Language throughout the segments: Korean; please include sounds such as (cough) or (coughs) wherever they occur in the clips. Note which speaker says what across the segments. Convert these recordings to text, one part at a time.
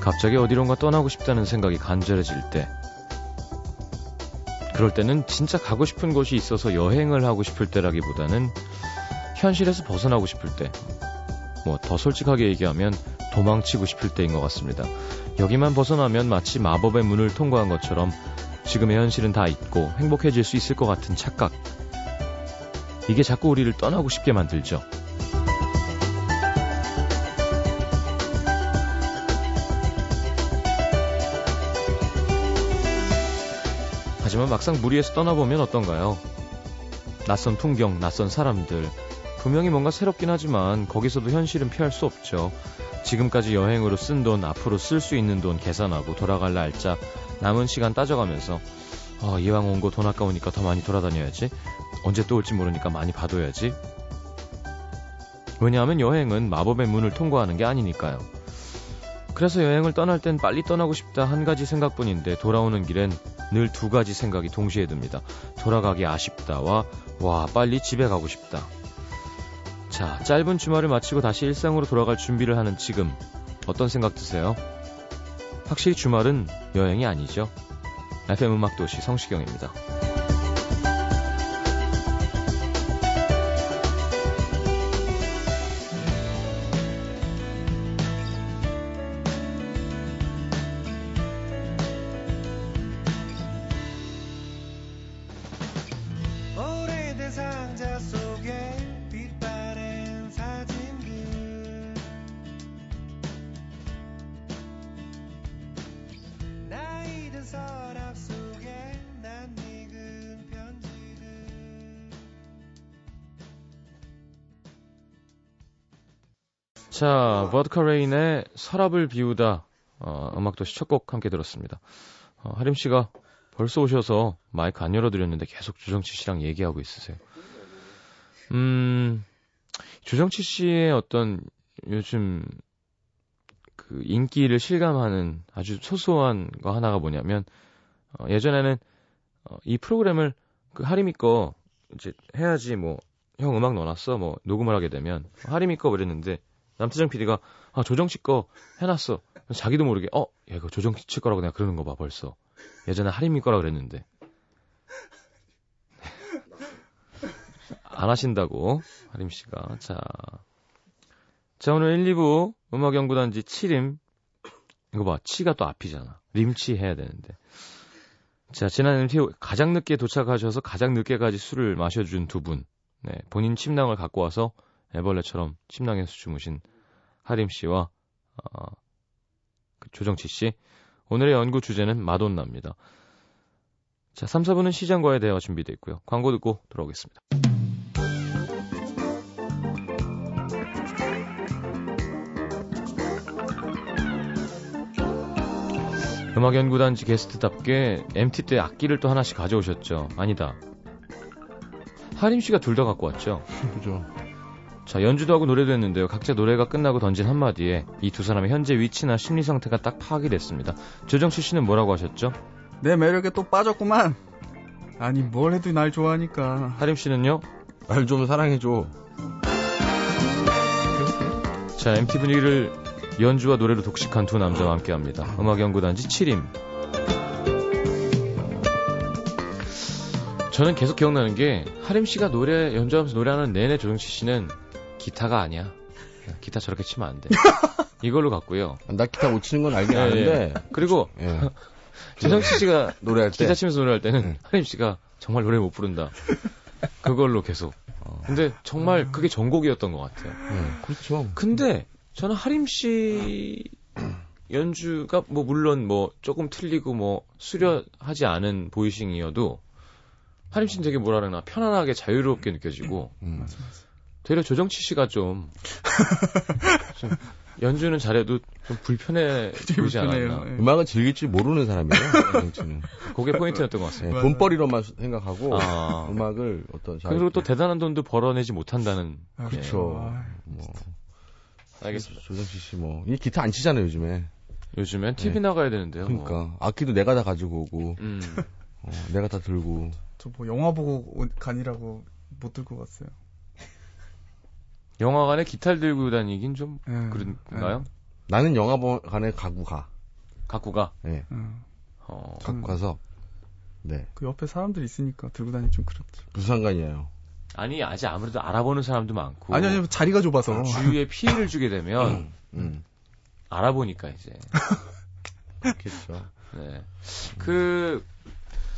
Speaker 1: 갑자기 어디론가 떠나고 싶다는 생각이 간절해질 때, 그럴 때는 진짜 가고 싶은 곳이 있어서 여행을 하고 싶을 때라기보다는 현실에서 벗어나고 싶을 때, 뭐 더 솔직하게 얘기하면 도망치고 싶을 때인 것 같습니다. 여기만 벗어나면 마치 마법의 문을 통과한 것처럼 지금의 현실은 다 잊고 행복해질 수 있을 것 같은 착각. 이게 자꾸 우리를 떠나고 싶게 만들죠. 하지만 막상 무리해서 떠나보면 어떤가요? 낯선 풍경, 낯선 사람들. 분명히 뭔가 새롭긴 하지만 거기서도 현실은 피할 수 없죠. 지금까지 여행으로 쓴 돈, 앞으로 쓸 수 있는 돈 계산하고 돌아갈 날짜, 남은 시간 따져가면서 어, 이왕 온 거 돈 아까우니까 더 많이 돌아다녀야지. 언제 또 올지 모르니까 많이 봐둬야지. 왜냐하면 여행은 마법의 문을 통과하는 게 아니니까요. 그래서 여행을 떠날 땐 빨리 떠나고 싶다 한 가지 생각뿐인데 돌아오는 길엔 늘 두 가지 생각이 동시에 듭니다. 돌아가기 아쉽다와 와 빨리 집에 가고 싶다. 자, 짧은 주말을 마치고 다시 일상으로 돌아갈 준비를 하는 지금 어떤 생각 드세요? 확실히 주말은 여행이 아니죠. FM 음악 도시 성시경입니다.
Speaker 2: 오래된 상자 속에 빛바랜 사진들 나이 든 서랍 속에 난 익은 편지들
Speaker 1: 자, 버드카 레인의 서랍을 비우다 어, 음악도시 첫 곡 함께 들었습니다. 어, 하림 씨가 벌써 오셔서 마이크 안 열어드렸는데 계속 조정치 씨랑 얘기하고 있으세요. 음, 조정치 씨의 어떤 요즘 그 인기를 실감하는 아주 소소한 거 하나가 뭐냐면 어, 예전에는 어, 이 프로그램을 그 하림이 거 이제 해야지 뭐 형 음악 넣어놨어 뭐 녹음을 하게 되면 하림이 거 그랬는데 남태정 PD가 아 조정치 거 해놨어. 그래서 자기도 모르게 어, 야 이거 조정치 칠 거라고 내가 그러는 거 봐 벌써. 예전에 하림이 거라 그랬는데 안 하신다고 하림 씨가 자. 자 오늘 1, 2부 음악 연구단지 7임 이거 봐 치가 또 앞이잖아 림치 해야 되는데 자 지난 MT 가장 늦게 도착하셔서 가장 늦게까지 술을 마셔준 두분 네, 본인 침낭을 갖고 와서 애벌레처럼 침낭에서 주무신 하림 씨와 어, 그 조정치 씨. 오늘의 연구 주제는 마돈나입니다. 자, 3, 4부는 시장과의 대화 준비되어 있고요. 광고 듣고 돌아오겠습니다. 음악 연구단지 게스트답게 MT 때 악기를 또 하나씩 가져오셨죠. 아니다. 하림 씨가 둘 다 갖고 왔죠.
Speaker 3: 그죠.
Speaker 1: 자, 연주도 하고 노래도 했는데요. 각자 노래가 끝나고 던진 한마디에 이 두 사람의 현재 위치나 심리 상태가 딱 파악이 됐습니다. 조정치 씨는 뭐라고 하셨죠?
Speaker 3: 내 매력에 또 빠졌구만. 아니 뭘 해도 날 좋아하니까. (laughs)
Speaker 1: 하림 씨는요?
Speaker 4: 날 좀 사랑해줘.
Speaker 1: 자, MT 분위기를 연주와 노래로 독식한 두 남자와 함께 합니다. 음악연구단지 7임. 저는 계속 기억나는 게, 하림 씨가 노래, 연주하면서 노래하는 내내 조정치 씨는 기타가 아니야. 기타 저렇게 치면
Speaker 4: (laughs)
Speaker 1: 안 돼. 이걸로 갔고요.
Speaker 4: 나 기타 못 치는 건 알긴
Speaker 1: 예,
Speaker 4: 아는데
Speaker 1: 그리고
Speaker 4: 예.
Speaker 3: 네.
Speaker 1: 조정치 씨가
Speaker 4: 노래할 때
Speaker 1: 기타 치면서 노래할 때는 하림 씨가 정말 노래 못 부른다. 그걸로 계속. 어. 근데
Speaker 3: 아.
Speaker 1: 정말 그게 전곡이었던 것 같아요.
Speaker 4: 예, 그렇죠.
Speaker 1: 근데 저는 하림 씨 연주가 뭐 물론 뭐 조금 틀리고 뭐 수려하지 않은 보이싱이어도 하림 씨는 되게 뭐라 그러나 편안하게 자유롭게 느껴지고
Speaker 4: 음.
Speaker 1: 되려 조정치 씨가
Speaker 3: (laughs)
Speaker 1: 좀, 좀 연주는 잘해도 좀 불편해 보이지 않았나
Speaker 3: 불편해요. 예.
Speaker 4: 음악을 즐길 줄 모르는 사람이에요.
Speaker 1: (laughs)
Speaker 4: 정치는 예,
Speaker 1: 그게 포인트였던 것 같습니다.
Speaker 3: 맞아요.
Speaker 4: 돈벌이로만 생각하고
Speaker 1: 아.
Speaker 4: 음악을 어떤 잘
Speaker 1: 그리고 또 대단한 돈도 벌어내지 못한다는
Speaker 3: 아,
Speaker 1: 예.
Speaker 4: 그렇죠.
Speaker 3: 아,
Speaker 4: 뭐,
Speaker 1: 알겠습니다. 어.
Speaker 4: 조정치 씨 뭐 이 기타 안 치잖아요 요즘에.
Speaker 1: 요즘엔 TV 나가야 되는데요. 뭐.
Speaker 4: 그러니까 악기도 내가 다 가지고 오고
Speaker 1: (laughs) 음.
Speaker 4: 어, 내가 다 들고
Speaker 3: 저뭐 영화 보고 온- 간이라고 못 들고 갔어요.
Speaker 1: 영화관에 기타를 들고 다니긴 좀
Speaker 3: 예.
Speaker 1: 그런가요?
Speaker 4: 나는 영화관에 가고 가.
Speaker 1: 갖고 가.
Speaker 4: 예.
Speaker 3: 어,
Speaker 1: 어,
Speaker 4: 갖고 가서 네.
Speaker 3: 그 옆에 사람들 있으니까 들고 다니기 좀 그렇죠.
Speaker 4: 무슨 상관이에요?
Speaker 1: 아니 아직 아무래도 알아보는 사람도 많고
Speaker 3: 아니, 아니, 자리가 좁아서.
Speaker 1: 주위에 피해를 주게 되면
Speaker 4: 음.
Speaker 1: 알아보니까 이제
Speaker 4: 그렇겠죠.
Speaker 1: 네. 그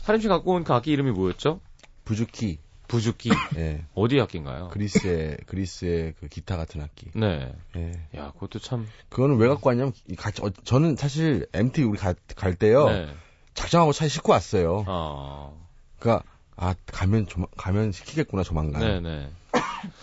Speaker 1: 사림 씨 갖고 온 그 악기 이름이 뭐였죠?
Speaker 4: 부주키.
Speaker 1: 부주기
Speaker 4: 예.
Speaker 1: 어디 악기인가요?
Speaker 4: 그리스의 그리스의 그 기타 같은 악기.
Speaker 1: 네.
Speaker 4: 예.
Speaker 1: 야, 그것도 참.
Speaker 4: 그거는 왜 갖고 왔냐면 이 같이 어, 저는 사실 MT 우리 가- 갈 때요.
Speaker 1: 네.
Speaker 4: 작정하고 차에 싣고 왔어요.
Speaker 1: 어.
Speaker 4: 그러니까 아 가면 조만 가면 시키겠구나 조만간.
Speaker 1: 네, 네.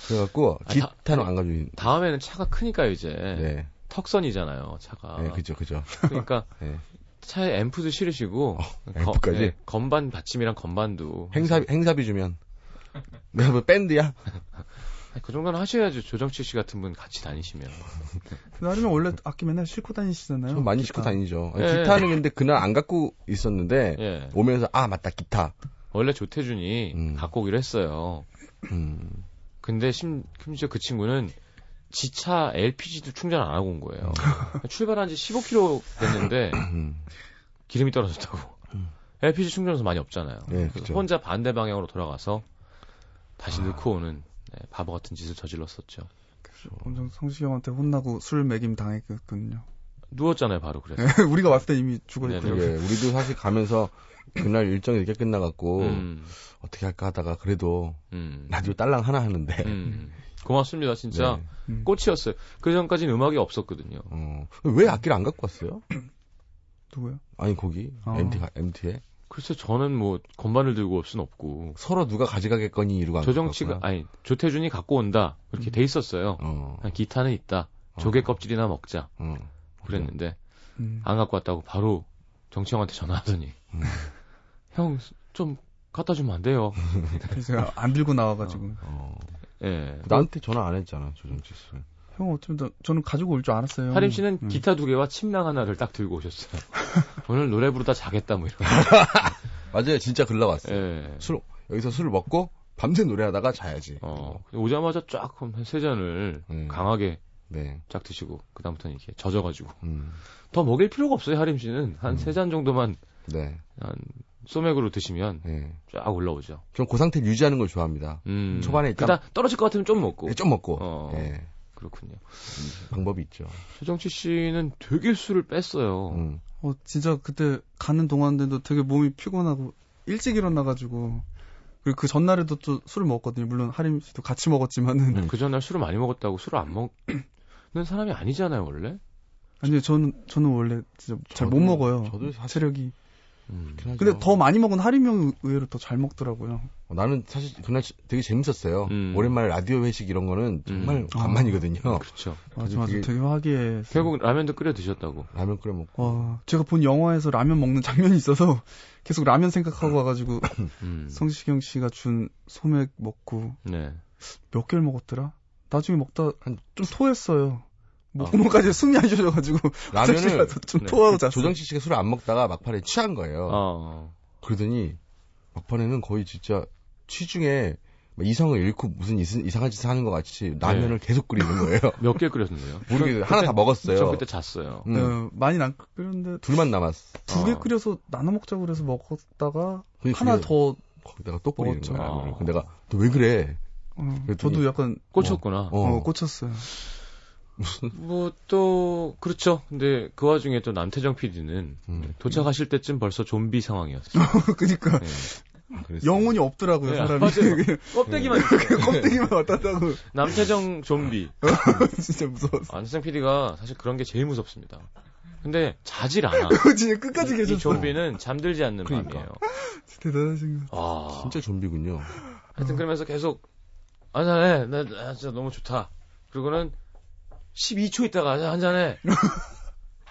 Speaker 4: 그래가지고
Speaker 1: 아, 다-
Speaker 4: 기타는 안 가지고 있-
Speaker 1: 다음에는 차가 크니까 이제
Speaker 4: 네.
Speaker 1: 턱선이잖아요, 차가.
Speaker 4: 네, 그죠, 그죠.
Speaker 1: 그러니까
Speaker 4: (laughs) 네. 어,
Speaker 1: 차에 앰프도 실으시고 네,
Speaker 4: 앰프까지?
Speaker 1: 건반 받침이랑 건반도
Speaker 4: 행사
Speaker 1: (laughs)
Speaker 4: 행사비 주면 내가 뭐 밴드야?
Speaker 1: 아니, 그 정도는 하셔야죠 조정치 씨 같은 분 같이 다니시면
Speaker 3: 그날이면 원래 악기 맨날 싣고 다니시잖아요.
Speaker 4: 좀 많이
Speaker 3: 기타.
Speaker 4: 싣고 다니죠. 아니,
Speaker 1: 예.
Speaker 4: 기타는 근데 그날 안 갖고 있었는데
Speaker 1: 예
Speaker 4: 오면서 아 맞다 기타.
Speaker 1: 원래 조태준이
Speaker 4: 음.
Speaker 1: 갖고 오기로 했어요
Speaker 4: 음.
Speaker 1: 근데 심, 심지어 그 친구는 지차 LPG도 충전 안 하고 온 거예요 출발한 지 15km 됐는데
Speaker 4: (laughs) 음.
Speaker 1: 기름이 떨어졌다고 LPG 충전소 많이 없잖아요
Speaker 4: 네,
Speaker 1: 그래서
Speaker 4: 그죠.
Speaker 1: 혼자 반대 방향으로 돌아가서
Speaker 4: 아.
Speaker 1: 다시 넣고 오는 네, 바보 같은 짓을 저질렀었죠
Speaker 3: 엄청 성식이 형한테 혼나고 술 먹임 당했거든요. (laughs) 예,
Speaker 1: 누웠잖아요 바로 그래서
Speaker 3: 우리가 왔을 때 이미 죽어
Speaker 1: 네,
Speaker 3: 있고.
Speaker 4: 그게 우리도 사실 가면서 그날 일정이 이렇게 끝나갖고
Speaker 1: 음,
Speaker 4: 어떻게 할까 하다가 그래도
Speaker 1: 음.
Speaker 4: 라디오 딸랑 하나 하는데.
Speaker 1: 음. 고맙습니다, 진짜.
Speaker 4: 네.
Speaker 3: 음.
Speaker 1: 꽃이었어요. 그 전까지는 음악이 없었거든요.
Speaker 4: 어. 왜 악기를 안 갖고 왔어요?
Speaker 3: 음. 누구요?
Speaker 4: 아니 거기
Speaker 3: 아.
Speaker 1: 어.
Speaker 4: MT 가- MT에
Speaker 1: 글쎄, 저는 뭐, 건반을 들고 올 순 없고.
Speaker 4: 서로 누가 가져가겠거니 이러고 안
Speaker 1: 조정치가,
Speaker 4: 갖고 왔구나.
Speaker 1: 아니, 조태준이 갖고 온다. 이렇게 돼 있었어요.
Speaker 4: 어.
Speaker 1: 그냥 기타는 있다.
Speaker 4: 음. 어.
Speaker 1: 조개 껍질이나 먹자.
Speaker 4: 어.
Speaker 1: 그랬는데,
Speaker 3: 음.
Speaker 1: 안 갖고 왔다고 바로 정치형한테 전화하더니,
Speaker 4: 음.
Speaker 1: (laughs) 형, 좀, 갖다 주면 안 돼요.
Speaker 3: 그래서 제가 안 들고 나와가지고.
Speaker 4: 어.
Speaker 1: 예.
Speaker 4: 나한테 전화 안 했잖아 조정치 씨.
Speaker 3: 형 어쩌면 나- 저는 가지고 올 줄 알았어요.
Speaker 1: 하림 씨는
Speaker 3: 음.
Speaker 1: 기타 두 개와 침낭 하나를 딱 들고
Speaker 4: (laughs)
Speaker 1: 오셨어요. 오늘 노래 부르다 자겠다, 뭐 이런.
Speaker 4: 맞아요 진짜 글 나왔어요.
Speaker 1: 예.
Speaker 4: 술 여기서 술 먹고 밤새 노래하다가 자야지.
Speaker 1: 어, 오자마자 쫙, 한 세 잔을
Speaker 4: 음.
Speaker 1: 강하게
Speaker 4: 네.
Speaker 1: 쫙 드시고 그다음부터는 이렇게 젖어가지고
Speaker 4: 음.
Speaker 1: 더 먹일 필요가 없어요 하림 씨는 한 세 잔 정도만
Speaker 4: 네.
Speaker 1: 한 소맥으로 드시면
Speaker 4: 네.
Speaker 1: 쫙 올라오죠.
Speaker 4: 저는 그 상태 를 유지하는 걸 좋아합니다.
Speaker 1: 음.
Speaker 4: 초반에 일단-
Speaker 1: 그다 떨어질 것 같으면 좀 먹고
Speaker 4: 네, 좀 먹고.
Speaker 1: 어.
Speaker 4: 예.
Speaker 1: 그렇군요.
Speaker 4: 방법이 있죠.
Speaker 1: 최정치 씨는 되게 술을 뺐어요.
Speaker 4: 음.
Speaker 3: 어, 진짜 그때 가는 동안인데도 되게 몸이 피곤하고 일찍 일어나가지고 그리고 그 전날에도 또 술을 먹었거든요. 물론 하림 씨도 같이 먹었지만은
Speaker 4: 음.
Speaker 1: 그 전날 술을 많이 먹었다고 술을 안 먹는 사람이 아니잖아요 원래.
Speaker 3: 아니요 저는 저는 원래 진짜 잘 못
Speaker 4: 저도-
Speaker 3: 먹어요.
Speaker 4: 저도 사실
Speaker 3: 체력이.
Speaker 1: 음.
Speaker 3: 근데
Speaker 4: 하죠.
Speaker 3: 더 많이 먹은 하림 형이 의외로 더 잘 먹더라고요.
Speaker 4: 어, 나는 사실 그날 지- 되게 재밌었어요.
Speaker 1: 음.
Speaker 4: 오랜만에 라디오 회식 이런 거는 정말
Speaker 1: 음.
Speaker 4: 간만이거든요.
Speaker 1: 그렇죠.
Speaker 3: 맞아 맞아
Speaker 4: 되게-
Speaker 3: 되게, 화기해.
Speaker 1: 결국 라면도 끓여 드셨다고.
Speaker 4: 라면 끓여 먹고.
Speaker 3: 와 제가 본 영화에서 라면 먹는 장면이 있어서 계속 라면 생각하고
Speaker 4: 아.
Speaker 3: 와가지고
Speaker 1: 음.
Speaker 3: 성시경 씨가 준 소맥 먹고
Speaker 1: 네.
Speaker 3: 몇 개를 먹었더라? 나중에 먹다
Speaker 4: 한-
Speaker 3: 좀 토했어요. 뭐
Speaker 4: 아.
Speaker 3: 목구멍까지 숨이 안 쉬어져가지고 화장실
Speaker 4: 라면을
Speaker 3: 가서 좀
Speaker 1: 네.
Speaker 3: 토하고 잤어요.
Speaker 4: 그 조정치 씨가 술을 안 먹다가 막판에 취한 거예요.
Speaker 1: 어.
Speaker 4: 그러더니 막판에는 거의 진짜 취중에 막 이성을 잃고 무슨 이스- 이상한 짓을 하는 것 같이
Speaker 1: 네.
Speaker 4: 라면을 계속 끓이는
Speaker 1: (laughs)
Speaker 4: 거예요.
Speaker 1: 몇 개 끓였는데요?
Speaker 4: 모르겠어요. 하나 다 먹었어요.
Speaker 1: 저 그때 잤어요.
Speaker 4: 음,
Speaker 3: 네, 많이는 안 끓였는데
Speaker 4: 둘만 남았어.
Speaker 3: 두 개
Speaker 1: 어.
Speaker 3: 끓여서 나눠 먹자고 그래서 먹었다가
Speaker 4: 그게
Speaker 3: 하나
Speaker 4: 그게
Speaker 3: 더 어,
Speaker 4: 거기다가 또 뿌리는
Speaker 3: 먹었죠.
Speaker 4: 거야. 라면을.
Speaker 1: 아.
Speaker 4: 근데 내가 너 왜 그래?
Speaker 3: 어,
Speaker 4: 그랬더니-
Speaker 3: 저도 약간
Speaker 1: 꽂혔구나.
Speaker 4: 어.
Speaker 3: 어, 꽂혔어요. (laughs)
Speaker 1: 뭐 또 그렇죠. 근데 그 와중에 또 남태정 PD는
Speaker 4: 음.
Speaker 1: 도착하실 때쯤 벌써 좀비 상황이었어요.
Speaker 3: 그러니까
Speaker 1: 네.
Speaker 4: 그랬어요.
Speaker 3: 영혼이 없더라고요
Speaker 1: 네,
Speaker 3: 사람이. (laughs)
Speaker 1: 맞아요. 껍데기만 있어요.
Speaker 3: 껍데기만 왔다고
Speaker 1: 예. 남태정 좀비.
Speaker 3: 진짜 무서웠어.
Speaker 1: 안세정 PD가 사실 그런 게 제일 무섭습니다. 근데 자질 않아.
Speaker 3: 진짜 끝까지
Speaker 4: 네,
Speaker 1: 이, 이
Speaker 3: 계셨어.
Speaker 1: 좀비는 잠들지 않는
Speaker 4: 그러니까.
Speaker 1: 밤이에요.
Speaker 3: 대단하신 거.
Speaker 1: 아,
Speaker 4: 진짜 좀비군요.
Speaker 1: 하여튼 그러면서 계속 한잔해. 나, 나 진짜 너무 좋다. 그리고는 12초 있다가 한잔해.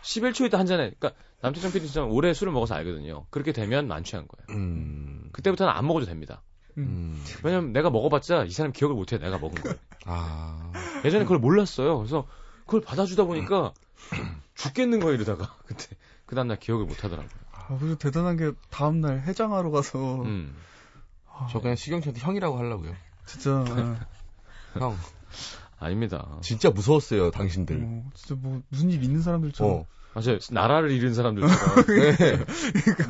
Speaker 1: 11초 있다 한잔해. 그러니까 남태정 PD 는 오래 술을 먹어서 알거든요. 그렇게 되면 만취한 거예요.
Speaker 4: 음.
Speaker 1: 그때부터는 안 먹어도 됩니다.
Speaker 4: 음.
Speaker 1: 왜냐면 내가 먹어봤자 이 사람 기억을 못해 내가 먹은 걸
Speaker 4: 아.
Speaker 1: 예전에 그걸 몰랐어요 그래서 그걸 받아주다 보니까 (clears throat) 죽겠는 거야 이러다가 (laughs) 그때 그 다음날 기억을 못하더라고요
Speaker 3: 아, 그리고 대단한 게 다음날 해장하러 가서
Speaker 1: 음.
Speaker 3: 아,
Speaker 4: 저 그냥 시경씨한테 형이라고 하려고요. (laughs)
Speaker 3: 진짜 아,
Speaker 1: 어.
Speaker 4: 형.
Speaker 1: 아닙니다
Speaker 4: 진짜 무서웠어요, 당신들.
Speaker 3: 음. 어, 진짜 뭐 무슨 일 있는 사람들처럼
Speaker 4: 네. 어.
Speaker 1: 맞아요. 나라를 잃은
Speaker 4: (laughs)
Speaker 1: 사람들처럼
Speaker 4: 그러니까.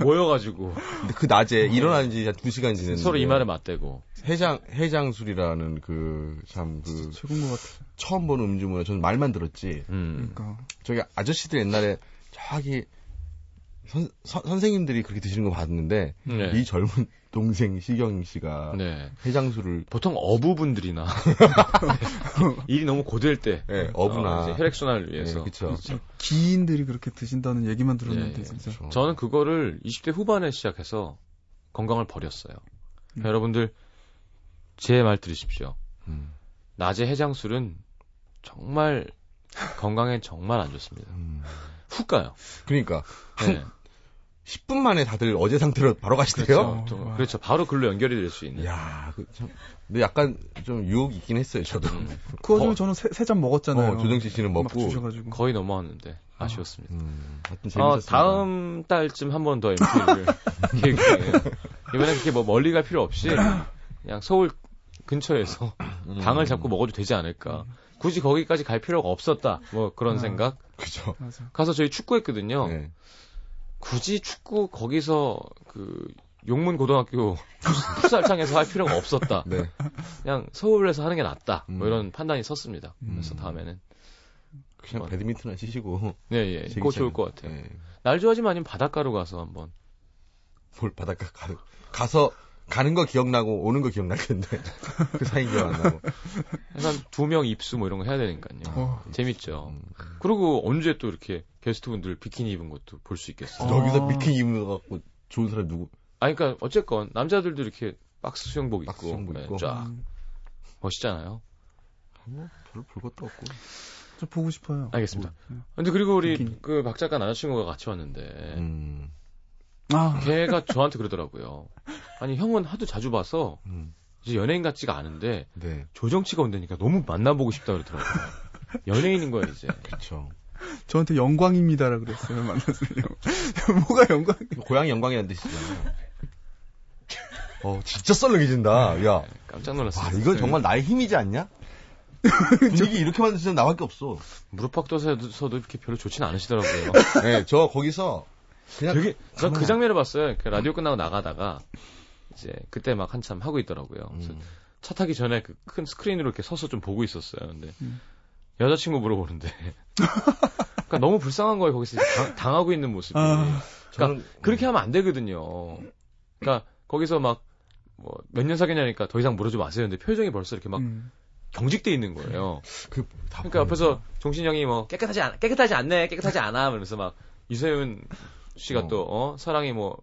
Speaker 1: 모여가지고
Speaker 4: 근데 그 낮에 일어난 지 한 두 시간 지냈는데
Speaker 1: 서로 이마를 맞대고.
Speaker 4: 해장 해장술이라는 그 참 그
Speaker 3: 최고인 것 같아요.
Speaker 4: 처음 보는 음주문화 저는 말만 들었지
Speaker 1: 음.
Speaker 3: 그러니까
Speaker 4: 저기 아저씨들 옛날에 저기 선, 선- 선생님들이 그렇게 드시는 거 봤는데
Speaker 1: 네.
Speaker 4: 음. 이 젊은 (laughs) 동생 시경 씨가
Speaker 1: 네.
Speaker 4: 해장술을
Speaker 1: 보통 어부분들이나
Speaker 4: (laughs)
Speaker 1: 일이 너무 고될 때
Speaker 4: 예,
Speaker 1: 어,
Speaker 4: 어부나
Speaker 1: 이제 혈액순환을 위해서
Speaker 4: 그렇죠.
Speaker 3: 기인들이 그렇게 드신다는 얘기만 들었는데
Speaker 1: 예, 예.
Speaker 3: 진짜
Speaker 1: 저는 그거를 20대 후반에 시작해서 건강을 버렸어요.
Speaker 3: 음.
Speaker 1: 여러분들 제 말 들으십시오.
Speaker 4: 음,
Speaker 1: 낮에 해장술은 정말 건강에 정말 안 좋습니다.
Speaker 4: 음.
Speaker 1: 훅 가요.
Speaker 4: 그러니까
Speaker 1: 네.
Speaker 4: 10분 만에 다들 어제 상태로 바로 가시대요.
Speaker 1: 그렇죠. 네. 좀-
Speaker 3: 와.
Speaker 1: 그렇죠. 바로 글로 연결이 될 수 있는.
Speaker 4: 야, 그 참. 근데 약간 좀 유혹이 있긴 했어요, 저도.
Speaker 1: 음.
Speaker 3: 그 와중에
Speaker 4: 어.
Speaker 3: 저는 세 잔 먹었잖아요.
Speaker 4: 어, 조정식 씨는
Speaker 3: 막
Speaker 4: 먹고.
Speaker 3: 주셔가지고
Speaker 1: 거의 넘어왔는데 아쉬웠습니다.
Speaker 4: 음, 하여튼
Speaker 1: 어,
Speaker 4: 재밌었습니다.
Speaker 1: 다음 달쯤 한 번 더
Speaker 4: (laughs)
Speaker 1: MT를 이번에 그렇게 뭐 멀리 갈 필요 없이 그냥 서울 근처에서
Speaker 4: 음,
Speaker 1: 당을 잡고 먹어도 되지 않을까. 굳이 거기까지 갈 필요가 없었다. 뭐 그런
Speaker 3: 아.
Speaker 1: 생각.
Speaker 4: 그죠.
Speaker 3: 맞아.
Speaker 1: 가서 저희 축구했거든요.
Speaker 4: 음. 네.
Speaker 1: 굳이 축구 거기서 그 용문 고등학교 풋살창에서 할 필요가 없었다.
Speaker 4: 네.
Speaker 1: 그냥 서울에서 하는 게 낫다. 뭐
Speaker 4: 음.
Speaker 1: 이런 판단이 섰습니다. 그래서
Speaker 4: 음.
Speaker 1: 다음에는
Speaker 4: 그냥 배드민턴 하시시고.
Speaker 1: 네, 뭐. 예,
Speaker 4: (laughs)
Speaker 1: 그거 좋을 것 같아요.
Speaker 4: 네.
Speaker 1: 날 좋아지면 아니면 바닷가로 가서 한번.
Speaker 4: 뭘 바닷가 가, 가서 가는 거 기억나고 오는 거 기억나겠는데. (laughs) 그 사이인 기억 안 나고.
Speaker 1: 항상 두 명 입수 뭐 이런 거 해야 되니까요.
Speaker 3: 어,
Speaker 1: 재밌죠.
Speaker 4: 음.
Speaker 1: 그리고 언제 또 이렇게 게스트분들 비키니 입은 것도 볼 수 있겠어요.
Speaker 3: 어.
Speaker 4: 여기서 미킹 입는 거 갖고 좋은 사람 누구?
Speaker 1: 아니 그러니까 어쨌건 남자들도 이렇게 박스 수영복 입고,
Speaker 4: 박스 수영복
Speaker 1: 네,
Speaker 4: 입고.
Speaker 1: 쫙
Speaker 3: 음,
Speaker 1: 멋있잖아요.
Speaker 4: 뭐, 별로 볼 것도 없고.
Speaker 3: 저 보고 싶어요.
Speaker 1: 알겠습니다.
Speaker 4: 뭐,
Speaker 3: 음.
Speaker 1: 근데 그리고 우리
Speaker 3: 비키니.
Speaker 1: 그 박 작가 남자친구가 같이 왔는데
Speaker 4: 음.
Speaker 3: 아,
Speaker 1: 걔가 저한테 그러더라고요. 아니 형은 하도 자주 봐서
Speaker 4: 음.
Speaker 1: 이제 연예인 같지가 않은데
Speaker 4: 네.
Speaker 1: 조정치가 온다니까 너무 만나보고 싶다 그러더라고요. 연예인인 거야 이제.
Speaker 4: 그렇죠.
Speaker 3: 저한테 영광입니다라 그랬어요. 만났어요. (laughs) 뭐가 영광?
Speaker 4: 고양이 영광이라는 뜻이잖아요. 어, 진짜 썰렁해진다.
Speaker 1: 네,
Speaker 4: 야.
Speaker 1: 깜짝 놀랐어요.
Speaker 4: 와, 아, 이건 정말 나의
Speaker 1: (laughs)
Speaker 4: 힘이지 않냐? 분위기 이렇게 만들 수는 나밖에 없어.
Speaker 1: 무릎 박도서도 이렇게 별로 좋진 않으시더라고요.
Speaker 4: 네, 저 거기서 그냥
Speaker 1: 되게 저 그
Speaker 4: 가만-
Speaker 1: 장면을 봤어요. 그 라디오 끝나고 나가다가 이제 그때 막 한참 하고 있더라고요. 그래서
Speaker 4: 음.
Speaker 1: 차 타기 전에 그 큰 스크린으로 이렇게 서서 좀 보고 있었어요. 근데
Speaker 3: 음.
Speaker 1: 여자친구 물어보는데 (laughs) 그러니까 너무 불쌍한 거예요. 거기서 당, 하고 있는 모습이.
Speaker 3: 아.
Speaker 1: 그러니까
Speaker 4: 저는-
Speaker 1: 그렇게 하면 안 되거든요. 그러니까 거기서 막 뭐 몇 년 사귀냐니까 더 이상 물어주지 마세요. 근데 표정이 벌써 이렇게 막
Speaker 3: 음.
Speaker 1: 경직돼 있는 거예요.
Speaker 4: 그, 다
Speaker 1: 그러니까 옆에서 종신 형이 뭐 깨끗하지 않 깨끗하지 않네 깨끗하지 않아 이러면서 막 이세윤 씨가
Speaker 4: 어.
Speaker 1: 또 어, 사랑이 뭐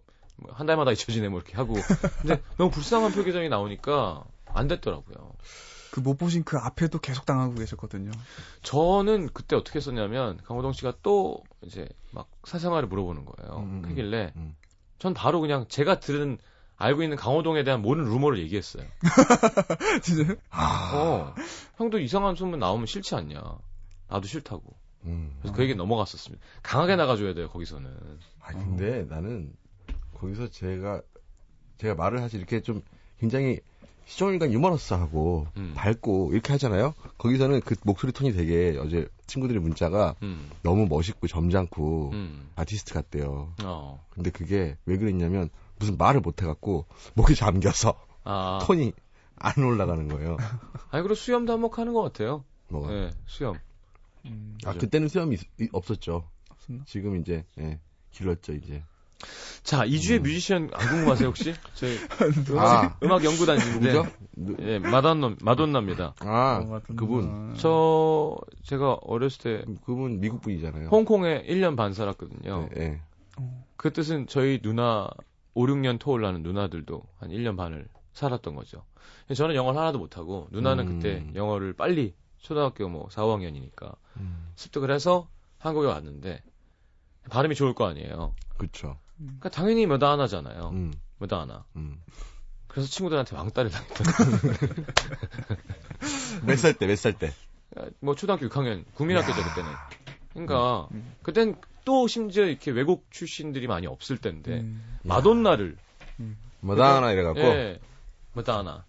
Speaker 1: 한 달마다 잊혀지네 뭐 이렇게 하고 근데 너무 불쌍한 표정이 나오니까 안 됐더라고요.
Speaker 3: 그 못 보신 그 앞에도 계속 당하고 계셨거든요. (laughs)
Speaker 1: 저는 그때 어떻게 했었냐면 강호동 씨가 또 이제 막 사생활을 물어보는 거예요.
Speaker 4: 음, 음,
Speaker 1: 하길래
Speaker 4: 음.
Speaker 1: 전 바로 그냥 제가 들은 알고 있는 강호동에 대한 모든 루머를 얘기했어요.
Speaker 3: 진짜
Speaker 4: 아.
Speaker 1: 어, 형도 이상한 소문 나오면 싫지 않냐? 나도 싫다고.
Speaker 4: 음.
Speaker 1: 그래서 그 얘기 넘어갔었습니다. 강하게 나가줘야 돼요 거기서는.
Speaker 4: 아 근데
Speaker 1: 어.
Speaker 4: 나는 거기서 제가 제가 말을 사실 이렇게 좀 굉장히 시종일관 유머러스하고
Speaker 1: 음.
Speaker 4: 밝고 이렇게 하잖아요. 거기서는 그 목소리 톤이 되게 어제 친구들이 문자가
Speaker 1: 음,
Speaker 4: 너무 멋있고 점잖고
Speaker 1: 음,
Speaker 4: 아티스트 같대요.
Speaker 1: 어,
Speaker 4: 근데 그게 왜 그랬냐면 무슨 말을 못 해갖고 목이 잠겨서
Speaker 1: 아,
Speaker 4: 톤이 안 올라가는
Speaker 1: (laughs)
Speaker 4: 거예요.
Speaker 1: 아니 그리고 수염도 한몫하는 것 같아요.
Speaker 4: 뭐가.
Speaker 1: 네, 수염.
Speaker 3: 음,
Speaker 4: 아
Speaker 1: 그죠.
Speaker 4: 그때는 수염이 있- 이- 없었죠.
Speaker 3: 없었나?
Speaker 4: 지금 이제 예, 길렀죠 이제.
Speaker 1: 자, 이주의
Speaker 4: 음.
Speaker 1: 뮤지션 안 궁금하세요 혹시? 저희
Speaker 4: 아
Speaker 1: 음악 연구단지인데,
Speaker 4: 누구죠? 누-
Speaker 1: 예, 마돈나, 마돈나입니다.
Speaker 4: 아
Speaker 3: 어, 맞다.
Speaker 4: 그분
Speaker 3: 아.
Speaker 1: 저 제가 어렸을 때
Speaker 4: 음, 그분 미국 분이잖아요.
Speaker 1: 홍콩에 1년 반 살았거든요.
Speaker 4: 예, 예.
Speaker 1: 그 뜻은 저희 누나 5, 6년 토올라는 누나들도 한 1년 반을 살았던 거죠. 저는 영어를 하나도 못하고 누나는
Speaker 4: 음.
Speaker 1: 그때 영어를 빨리 초등학교 뭐 4, 5학년이니까 습득을 해서 한국에 왔는데 발음이 좋을 거 아니에요.
Speaker 4: 그쵸.
Speaker 1: 그러니까 당연히 뭐다 하나잖아요.
Speaker 4: 음,
Speaker 1: 뭐다 하나.
Speaker 4: 음.
Speaker 1: 그래서 친구들한테 왕따를 당했다.
Speaker 4: 몇살 때, 몇 살 때?
Speaker 1: 뭐 초등학교 6학년 국민학교죠 그때는. 그러니까
Speaker 4: 음.
Speaker 1: 그땐 또 심지어 이렇게 외국 출신들이 많이 없을 때인데
Speaker 3: 음.
Speaker 1: 마돈나를
Speaker 4: 뭐, 예. 뭐다 하나 이래갖고.
Speaker 1: 예, 뭐다 하나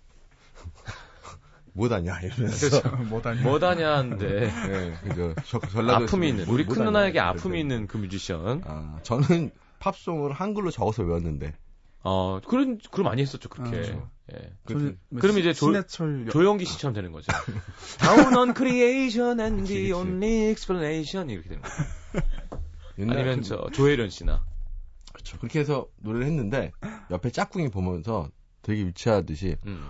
Speaker 4: 뭐다냐 이러면서
Speaker 3: (laughs) 뭐다니.
Speaker 4: (laughs)
Speaker 1: 뭐다냐인데
Speaker 4: 네, 그죠. 저- 전라도에서
Speaker 1: 그렇죠. 예. 아픔이 있는 우리 큰
Speaker 4: 뭐다냐
Speaker 1: 누나에게
Speaker 4: 이랬어요.
Speaker 1: 아픔이 있는 그 뮤지션.
Speaker 4: 아 저는 팝송을 한글로 적어서 외웠는데
Speaker 1: 어 그런 그런 많이 했었죠
Speaker 3: 아,
Speaker 1: 그렇게.
Speaker 3: 그렇죠.
Speaker 1: 예.
Speaker 3: 저는 뭐
Speaker 1: 그럼
Speaker 3: 시-
Speaker 1: 이제 조-
Speaker 3: 신해철 여-
Speaker 1: 조영기 씨처럼 되는
Speaker 4: (laughs)
Speaker 1: 거죠. Down on creation and the
Speaker 4: 그치, 그치.
Speaker 1: only explanation 이렇게 되는 거예요.
Speaker 4: 옛날에
Speaker 1: 아니면
Speaker 4: 그-
Speaker 1: 저 조혜련 씨나.
Speaker 4: 그렇죠. 그렇게 해서 노래를 했는데 옆에 짝꿍이 보면서 되게 유치하듯이
Speaker 1: 음.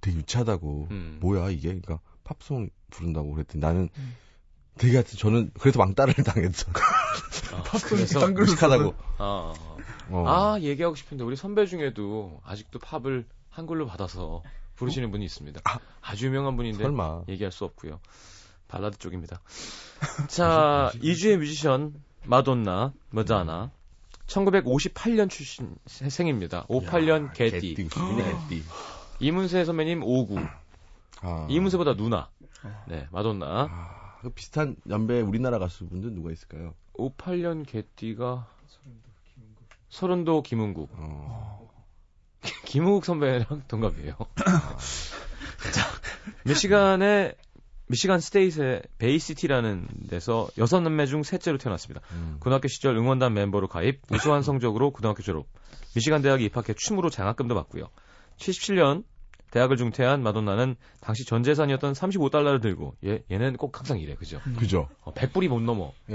Speaker 4: 되게 유치하다고
Speaker 1: 음.
Speaker 4: 뭐야 이게 그러니까 팝송 부른다고 그랬더니 나는 되게 하여튼 저는 그래서 왕따를 (laughs) 당했어
Speaker 1: 아,
Speaker 3: 딴
Speaker 1: 그래서
Speaker 3: 걸로
Speaker 4: 무식하다고
Speaker 1: 아, 아.
Speaker 4: 어.
Speaker 1: 아, 얘기하고 싶은데 우리 선배 중에도 아직도 팝을 한글로 받아서 부르시는 분이 있습니다. 아주 유명한 분인데 예,
Speaker 4: 설마
Speaker 1: 얘기할 수 없고요. 발라드 (laughs) 쪽입니다. 자, 이주의 뮤지션 마돈나, 머다나. 1958년 출신 세- 생입니다. 58년
Speaker 4: 야,
Speaker 1: 개띠. 네. 어.
Speaker 4: 개띠군요, 개띠.
Speaker 1: 이문세 선배님 59.
Speaker 4: 아.
Speaker 1: 이문세보다 누나. 네, 마돈나.
Speaker 4: 아, 그 비슷한 연배 우리나라 가수분들 누가 있을까요?
Speaker 1: 58년 개띠가 서른도 (laughs) 김은국.
Speaker 4: 어.
Speaker 1: 김은국 선배랑 동갑이에요. (laughs) 자, 미시간의 미시간 스테이트의 베이시티라는 데서 여섯 남매 중 셋째로 태어났습니다.
Speaker 4: 음.
Speaker 1: 고등학교 시절 응원단 멤버로 가입, 우수한 성적으로 고등학교 졸업, 미시간 대학에 입학해 춤으로 장학금도 받고요. 77년 대학을 중퇴한 마돈나는 당시 전 재산이었던 35달러를 들고 얘, 얘는 꼭 항상 이래 그죠?
Speaker 4: 그죠.
Speaker 1: 어, 100불이 못 넘어.
Speaker 4: 예.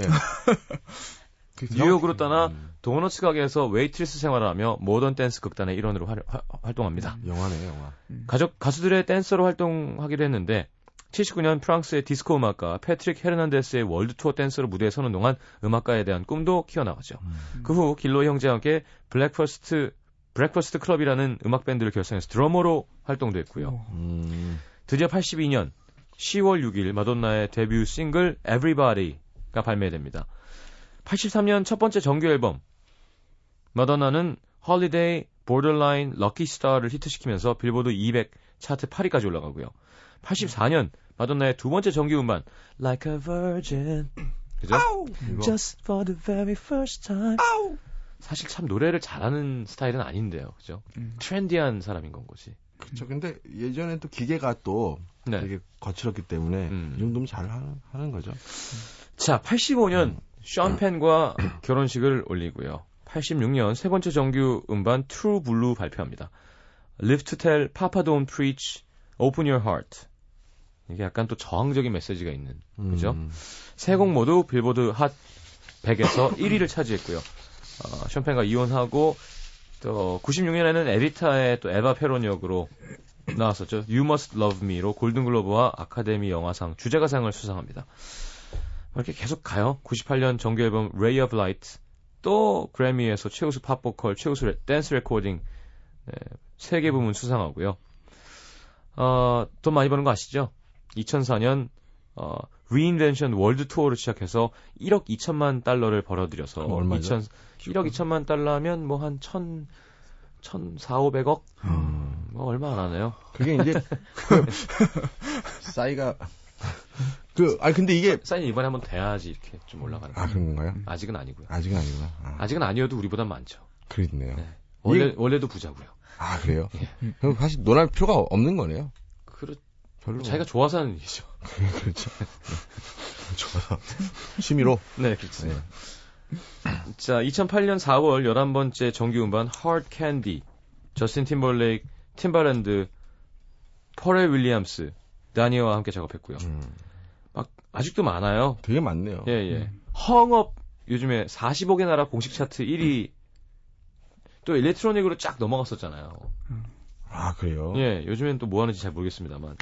Speaker 4: 그
Speaker 1: 뉴욕으로 떠나
Speaker 4: 음,
Speaker 1: 도너츠 가게에서 웨이트리스 생활을 하며 모던 댄스 극단의 일원으로 활, 활- 활동합니다.
Speaker 4: 영화네 영화.
Speaker 1: 가족 가수들의 댄서로 활동하기로 했는데 79년 프랑스의 디스코 음악가 패트릭 헤르난데스의 월드 투어 댄서로 무대에 서는 동안 음악가에 대한 꿈도 키워나가죠. 그 후 길로이 형제와 함께 블랙퍼스트 브렉퍼스트 클럽이라는 음악 밴드를 결성해서 드러머로 활동도 했고요.
Speaker 3: 어,
Speaker 4: 음.
Speaker 1: 드디어 82년 10월 6일 마돈나의 데뷔 싱글 Everybody가 발매됩니다. 83년 첫 번째 정규 앨범 마돈나는 Holiday, Borderline, Lucky Star를 히트시키면서 빌보드 200 차트 8위까지 올라가고요. 84년 마돈나의 두 번째 정규 음반 Like a Virgin 그죠?
Speaker 4: 이거
Speaker 1: Just for the very first time 사실 참 노래를 잘하는 스타일은 아닌데요. 그죠?
Speaker 3: 음.
Speaker 1: 트렌디한 사람인 건 거지.
Speaker 4: 그쵸. 근데 예전에 또 기계가 또
Speaker 1: 네.
Speaker 4: 되게 거칠었기 때문에
Speaker 1: 음.
Speaker 4: 이 정도면 잘 하, 하는 거죠.
Speaker 1: 자, 85년 션펜과 결혼식을 올리고요. 86년 세 번째 정규 음반 True Blue 발표합니다. Live to Tell, Papa Don't Preach, Open Your Heart. 이게 약간 또 저항적인 메시지가 있는
Speaker 4: 음.
Speaker 1: 그죠? 세 곡 모두 빌보드 핫 100에서 1위를 차지했고요. 어, 션펜과 이혼하고 또 96년에는 에리타의 또 에바 페론 역으로 나왔었죠. You Must Love Me로 골든글로브와 아카데미 영화상 주제가상을 수상합니다. 뭐 이렇게 계속 가요. 98년 정규 앨범 Ray of Light 또 그래미에서 최우수 팝 보컬, 최우수 레- 댄스 레코딩 네, 세개 부문 수상하고요. 어, 돈 많이 버는 거 아시죠? 2004년 어, 리인벤션 월드 투어를 시작해서 1억 2천만 달러를 벌어들여서
Speaker 4: 그럼 얼마죠?
Speaker 1: 2000 1억 2천만 달러면 뭐 한 천, 천, 사, 오백억?
Speaker 4: 음.
Speaker 1: 뭐 얼마 안 하네요.
Speaker 4: 그게 이제 싸이가 그 아니 근데 이게
Speaker 1: 사인 이번에 한번 돼야지 이렇게 좀 올라가는
Speaker 4: 아
Speaker 1: 거예요.
Speaker 4: 그런 건가요?
Speaker 1: 아직은 아니고요.
Speaker 4: 아직은 아니구나. 아,
Speaker 1: 아직은 아니어도 우리보단 많죠.
Speaker 4: 그렇네요.
Speaker 1: 원래, 원래도 부자고요.
Speaker 4: 아 그래요? 그럼 사실 논할 필요가 없는 거네요.
Speaker 1: 그렇,
Speaker 4: 별로
Speaker 1: 자기가 좋아서 하는 일이죠.
Speaker 4: 그렇죠. 네. 좋아서 취미로.
Speaker 1: 네, 그렇습니다. 네. (clears throat) 자, 2008년 4월 11번째 정규 음반 Hard Candy, 저스틴 팀벌레이크, 팀바랜드, 퍼렐 윌리엄스, 다니와 함께 작업했고요.
Speaker 4: 음,
Speaker 1: 아직도 많아요.
Speaker 4: 되게 많네요.
Speaker 1: 예, 예. 헝업 요즘에 40억의 나라 공식 차트 1위 또 일렉트로닉으로 쫙 넘어갔었잖아요.
Speaker 4: 아 그래요?
Speaker 1: 예, 요즘엔 또 뭐 하는지 잘 모르겠습니다만.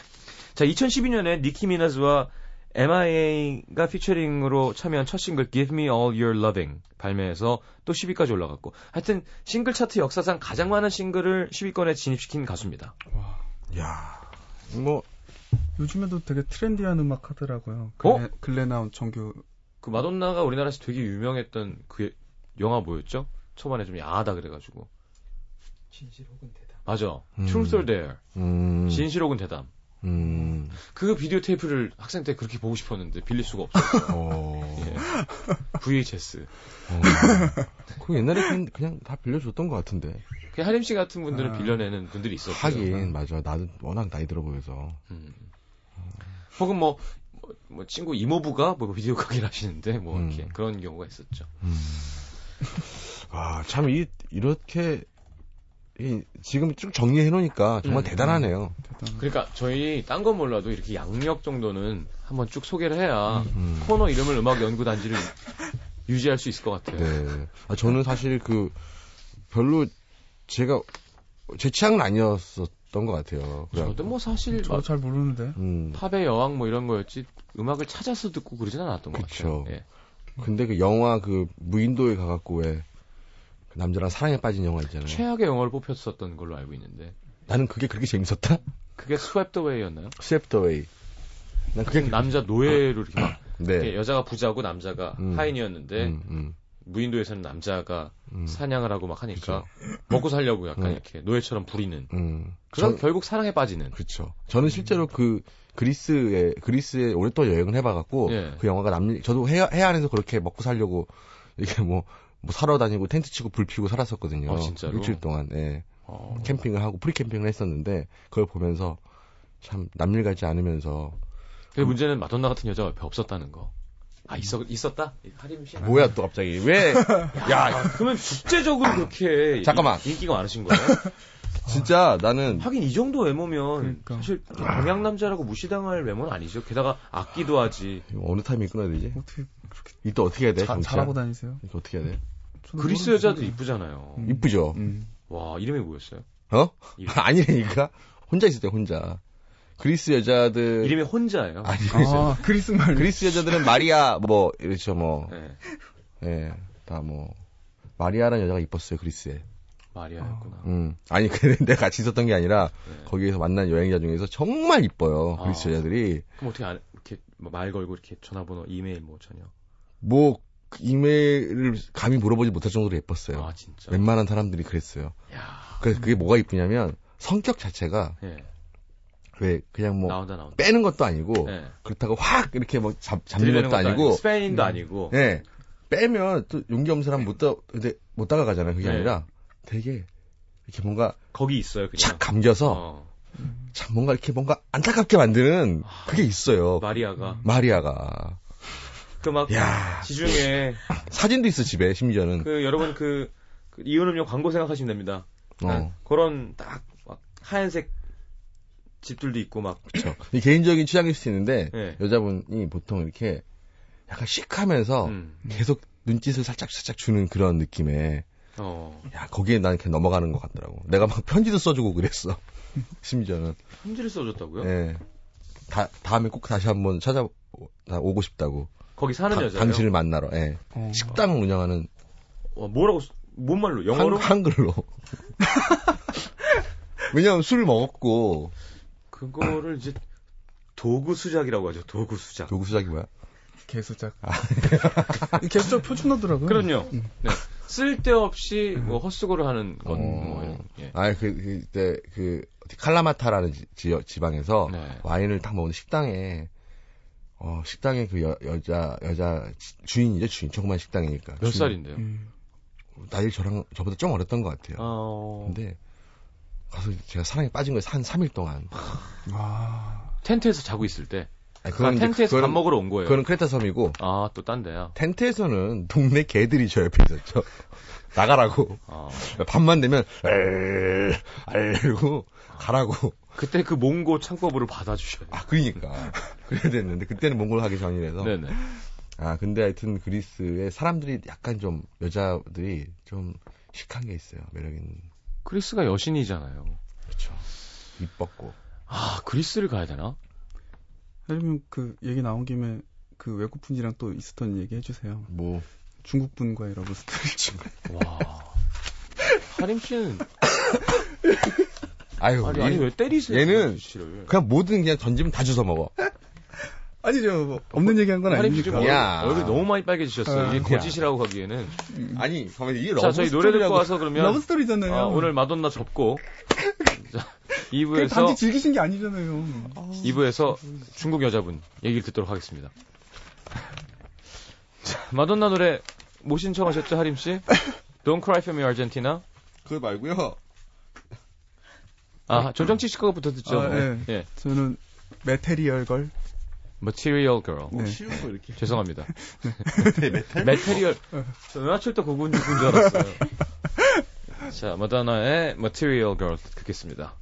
Speaker 1: 자, 2012년에 니키 미나즈와 MIA가 피처링으로 참여한 첫 싱글 Give Me All Your Loving 발매해서 또 10위까지 올라갔고 하여튼 싱글 차트 역사상 가장 많은 싱글을 10위권에 진입시킨 가수입니다. 예.
Speaker 4: 야, 뭐
Speaker 3: 요즘에도 되게 트렌디한 음악 하더라고요.
Speaker 1: 어?
Speaker 3: 근래, 근래 나온 정규
Speaker 1: 그 마돈나가 우리나라에서 되게 유명했던 그 영화 뭐였죠? 초반에 좀 야하다 그래가지고
Speaker 5: 진실 혹은 대답.
Speaker 1: 맞아.
Speaker 4: 음.
Speaker 1: Truth or Dare
Speaker 4: 음,
Speaker 1: 진실 혹은 대담.
Speaker 4: 음,
Speaker 1: 그 비디오 테이프를 학생 때 그렇게 보고 싶었는데 빌릴 수가 없어.
Speaker 4: (laughs) 어,
Speaker 1: 예. VHS.
Speaker 4: 그 옛날에 그냥, 그냥 다 빌려줬던 것 같은데.
Speaker 1: 그 하림 씨 같은 분들은
Speaker 3: 아.
Speaker 1: 빌려내는 분들이 있었고.
Speaker 4: 하긴 맞아. 나도 워낙 나이 들어 보여서
Speaker 1: 음. 혹은 뭐, 뭐, 뭐 친구 이모부가 뭐 비디오 가게를 하시는데 뭐
Speaker 4: 음.
Speaker 1: 이렇게 그런 경우가 있었죠.
Speaker 4: 아, 참, 이, 이렇게, 이, 지금 쭉 정리해 놓으니까 정말
Speaker 1: 음.
Speaker 4: 대단하네요.
Speaker 3: 대단.
Speaker 1: 그러니까 저희 딴 건 몰라도 이렇게 양력 정도는 한번 쭉 소개를 해야
Speaker 4: 음.
Speaker 1: 코너 이름을 음악 연구 단지를 유지할 수 있을 것 같아요.
Speaker 4: 네. 아, 저는 사실 그, 별로 제가, 제 취향은 아니었었던 것 같아요. 그래갖고,
Speaker 1: 저도 뭐 사실 막
Speaker 3: 저잘 모르는데.
Speaker 4: 음.
Speaker 1: 팝의 여왕 뭐 이런 거였지 음악을 찾아서 듣고 그러진 않았던 것
Speaker 4: 그쵸.
Speaker 1: 같아요. 예.
Speaker 4: 근데 그 영화 그, 무인도에 가갖고 왜, 그 남자랑 사랑에 빠진 영화 있잖아요.
Speaker 1: 최악의 영화를 뽑혔었던 걸로 알고 있는데
Speaker 4: 나는 그게 그렇게
Speaker 1: (laughs)
Speaker 4: 재밌었다?
Speaker 1: 그게 스왑 더 웨이였나요?
Speaker 4: 스텝더웨이. 난 그게,
Speaker 1: 남자 노예로 이렇게 막 이렇게
Speaker 4: 네.
Speaker 1: 여자가 부자고 남자가
Speaker 4: 음.
Speaker 1: 하인이었는데
Speaker 4: 음, 음,
Speaker 1: 무인도에서는 남자가
Speaker 4: 음.
Speaker 1: 사냥을 하고 막 하니까 먹고 살려고 약간
Speaker 4: 음.
Speaker 1: 이렇게 노예처럼 부리는
Speaker 4: 음.
Speaker 1: 그래서
Speaker 4: 전-
Speaker 1: 결국 음. 사랑에 빠지는
Speaker 4: 그렇죠. 저는 실제로 그 그리스에 그리스에 오랫동안 여행을 해봐갖고
Speaker 1: 예.
Speaker 4: 그 영화가 남 저도 해, 해안에서 그렇게 먹고 살려고 이렇게 뭐, 뭐 사러 다니고 텐트 치고 불 피우고 살았었거든요.
Speaker 1: 아, 진짜로?
Speaker 4: 일주일 동안 예.
Speaker 1: 어,
Speaker 4: 캠핑을 하고 프리 캠핑을 했었는데 그걸 보면서 참 남일 같지 않으면서
Speaker 1: 근데 그 문제는 마돈나 같은 여자가 옆에 없었다는 거. 아 있었 있었다? 하림 씨.
Speaker 4: 뭐야 또 갑자기 왜
Speaker 1: (laughs) 야 그러면 국제적으로 그렇게
Speaker 4: 잠깐만.
Speaker 1: 인- 인기가 많으신 (laughs) 거예요?
Speaker 4: 진짜 나는
Speaker 1: 하긴 이 정도 외모면
Speaker 3: 그러니까.
Speaker 1: 사실 동양 남자라고 무시당할 외모는 아니죠. 게다가 악기도 하지.
Speaker 4: 어느 타이밍 끊어야 되지?
Speaker 3: 어떻게
Speaker 4: 이때 어떻게 해야
Speaker 1: 네,
Speaker 4: 돼?
Speaker 3: 자,
Speaker 4: 정치야?
Speaker 3: 잘하고 다니세요?
Speaker 4: 이거 어떻게 해야 돼?
Speaker 3: 저도
Speaker 1: 그리스
Speaker 3: 모르겠어요.
Speaker 1: 여자도 이쁘잖아요.
Speaker 3: 음.
Speaker 4: 이쁘죠?
Speaker 3: 음.
Speaker 1: 와 이름이 뭐였어요?
Speaker 4: 어?
Speaker 1: 이-
Speaker 4: (laughs) 아니라니까 혼자 있을 때 혼자 그리스 여자들
Speaker 1: 이름이 혼자예요.
Speaker 4: 아니 그리스 여자
Speaker 3: 아, 그리스 말.
Speaker 4: 그리스 여자들은 마리아 뭐 이렇죠
Speaker 1: 네,
Speaker 4: 뭐예다 뭐 마리아라는 여자가 이뻤어요 그리스에
Speaker 1: 마리아였구나.
Speaker 4: 음 아니 (laughs) 근데 내가 같이 있었던 게 아니라
Speaker 1: 네.
Speaker 4: 거기에서 만난 여행자 중에서 정말 이뻐요 그리스
Speaker 1: 아.
Speaker 4: 여자들이
Speaker 1: 그럼 어떻게 안, 이렇게 뭐 말 걸고 이렇게 전화번호, 이메일 뭐 전혀.
Speaker 4: 뭐그 이메일을 감히 물어보지 못할 정도로 예뻤어요
Speaker 1: 아 진짜.
Speaker 4: 웬만한 사람들이 그랬어요
Speaker 1: 야.
Speaker 4: 그래서 그게 뭐가 이쁘냐면 성격 자체가
Speaker 1: 예.
Speaker 4: 왜 그냥 뭐
Speaker 1: 나온다 나온다.
Speaker 4: 빼는 것도 아니고
Speaker 1: 예.
Speaker 4: 그렇다고 확 이렇게 뭐 잡, 잡는
Speaker 1: 들이대는
Speaker 4: 것도, 아니고
Speaker 1: 스페인도 네. 아니고.
Speaker 4: 예. 빼면 또 용기 없는 사람 못, 다, 근데 못 다가가잖아요. 그게
Speaker 1: 네.
Speaker 4: 아니라 되게 이렇게 뭔가
Speaker 1: 거기 있어요 그냥.
Speaker 4: 착 감겨서
Speaker 1: 어,
Speaker 4: 참 뭔가 이렇게 뭔가 안타깝게 만드는 그게 있어요.
Speaker 1: 아. 마리아가.
Speaker 4: 마리아가.
Speaker 1: 그 막
Speaker 4: 야
Speaker 1: 지중해
Speaker 4: 사진도 있어, 집에, 심지어는.
Speaker 1: 그 여러분 그, 그 이온음료 광고 생각하시면 됩니다. 네.
Speaker 4: 어.
Speaker 1: 아. 그런 딱 막 하얀색 집들도 있고 막
Speaker 4: 그쵸. 이 개인적인 취향일 수도 있는데,
Speaker 1: 네.
Speaker 4: 여자분이 보통 이렇게 약간 시크하면서
Speaker 1: 음,
Speaker 4: 계속 눈짓을 살짝살짝 주는 그런 느낌에,
Speaker 1: 어.
Speaker 4: 야, 거기에 난 그냥 넘어가는 것 같더라고. 내가 막 편지도 써주고 그랬어. (laughs) 심지어는.
Speaker 1: 편지를 써줬다고요?
Speaker 4: 예. 다, 다음에 꼭 다시 한번 찾아, 나 오고 싶다고.
Speaker 1: 거기 사는
Speaker 4: 다-
Speaker 1: 여자예요?
Speaker 4: 당신을 만나러, 예.
Speaker 3: 어.
Speaker 4: 식당을 운영하는
Speaker 1: 와, 뭐라고 쓰- 뭔 말로 영어로?
Speaker 4: 한, 글로 (laughs) 왜냐면 술을 먹었고,
Speaker 1: 그거를 이제 도구 수작이라고 하죠. 도구 수작.
Speaker 4: 도구수작이 뭐야?
Speaker 3: 개수작. 아, 개수작
Speaker 4: 음.
Speaker 3: 표준어더라고요.
Speaker 1: 그럼요. 네. 쓸데없이 뭐 헛수고를 하는
Speaker 4: 어.
Speaker 1: 건 뭐, 이런, 예.
Speaker 4: 아, 그, 그때, 그, 어디 칼라마타라는 지, 지역, 지방에서
Speaker 1: 네.
Speaker 4: 와인을 딱 먹는 식당에, 어, 식당에 그 여, 여자, 여자, 지- 주인이죠, 주인. 조그만 식당이니까.
Speaker 1: 몇
Speaker 4: 주인.
Speaker 1: 살인데요?
Speaker 3: 음.
Speaker 4: 나이 저랑, 저보다 좀 어렸던 것 같아요.
Speaker 1: 어,
Speaker 4: 근데, 가서 제가 사랑에 빠진 거예요. 한 3일 동안.
Speaker 3: 아,
Speaker 1: 텐트에서 자고 있을 때.
Speaker 4: 아니,
Speaker 1: 아,
Speaker 4: 이제
Speaker 1: 텐트에서 밥
Speaker 4: 네, 그거는-
Speaker 1: 먹으러 온 거예요.
Speaker 4: 그거는 크레타 섬이고
Speaker 1: 아, 또 딴 데야.
Speaker 4: 텐트에서는 동네 개들이 저 (laughs) 옆에 있었죠. 나가라고
Speaker 1: 아.
Speaker 4: 밤만 되면 에이, 알고 가라고
Speaker 1: 그때 그 몽고 창법으로 받아주셔야 돼요.
Speaker 4: 아 그러니까 그래야 됐는데 그때는 몽골 하기 전이라서
Speaker 1: 네네.
Speaker 4: 아 근데 하여튼 그리스에 사람들이 약간 좀 여자들이 좀 시크한 게 있어요 매력 있는
Speaker 1: 그리스가 여신이잖아요.
Speaker 4: 그렇죠 이뻤고
Speaker 1: 아, 그리스를 가야 되나?
Speaker 3: 하려면 그 얘기 나온 김에 그 외국 분이랑 또 있었던 얘기 해주세요.
Speaker 4: 뭐
Speaker 3: 중국 분과의 러브 스토리 중.
Speaker 1: 와. (laughs) 하림 씨는
Speaker 3: 네,
Speaker 4: 아유
Speaker 1: 아니,
Speaker 4: 얘-
Speaker 1: 아니 왜 때리세요?
Speaker 4: 얘는
Speaker 1: 씨를.
Speaker 4: 그냥 뭐든 그냥 던지면 다 주워 먹어
Speaker 3: 아니죠, 뭐 없는 얘기한 건
Speaker 1: 하림 씨
Speaker 3: 아닙니까?
Speaker 1: 지금
Speaker 4: 야.
Speaker 1: 얼굴, 얼굴 너무 많이 빨개지셨어요.
Speaker 3: 아,
Speaker 1: 이게
Speaker 4: 야.
Speaker 1: 거짓이라고 하기에는.
Speaker 4: 아니 가만히 이
Speaker 1: 자, 저희 노래 듣고
Speaker 4: 러브스토리라고-
Speaker 1: 와서 그러면
Speaker 3: 러브 스토리잖아요.
Speaker 1: 아, 오늘 마돈나
Speaker 3: (laughs)
Speaker 1: 접고 자,
Speaker 3: 그냥
Speaker 1: 2부에서
Speaker 3: 단지 즐기신 게 아니잖아요.
Speaker 1: 2부에서 중국 여자분 얘기를 듣도록 하겠습니다. (laughs) 자, 마돈나 노래 뭐 신청하셨죠, 하림 씨? Don't Cry for Me Argentina.
Speaker 4: 그거 말고요
Speaker 1: 아, 조정치 씨 거부터 듣죠.
Speaker 3: 아, 네.
Speaker 1: 예.
Speaker 3: 저는 메테리얼 걸
Speaker 1: Material Girl.
Speaker 3: 네.
Speaker 4: 쉬운 거 이렇게.
Speaker 1: 죄송합니다.
Speaker 4: 네. 메탈?
Speaker 1: 메테리얼. 은하철도 999인 줄 알았어요. 자, 마다나의 Material Girl 듣겠습니다.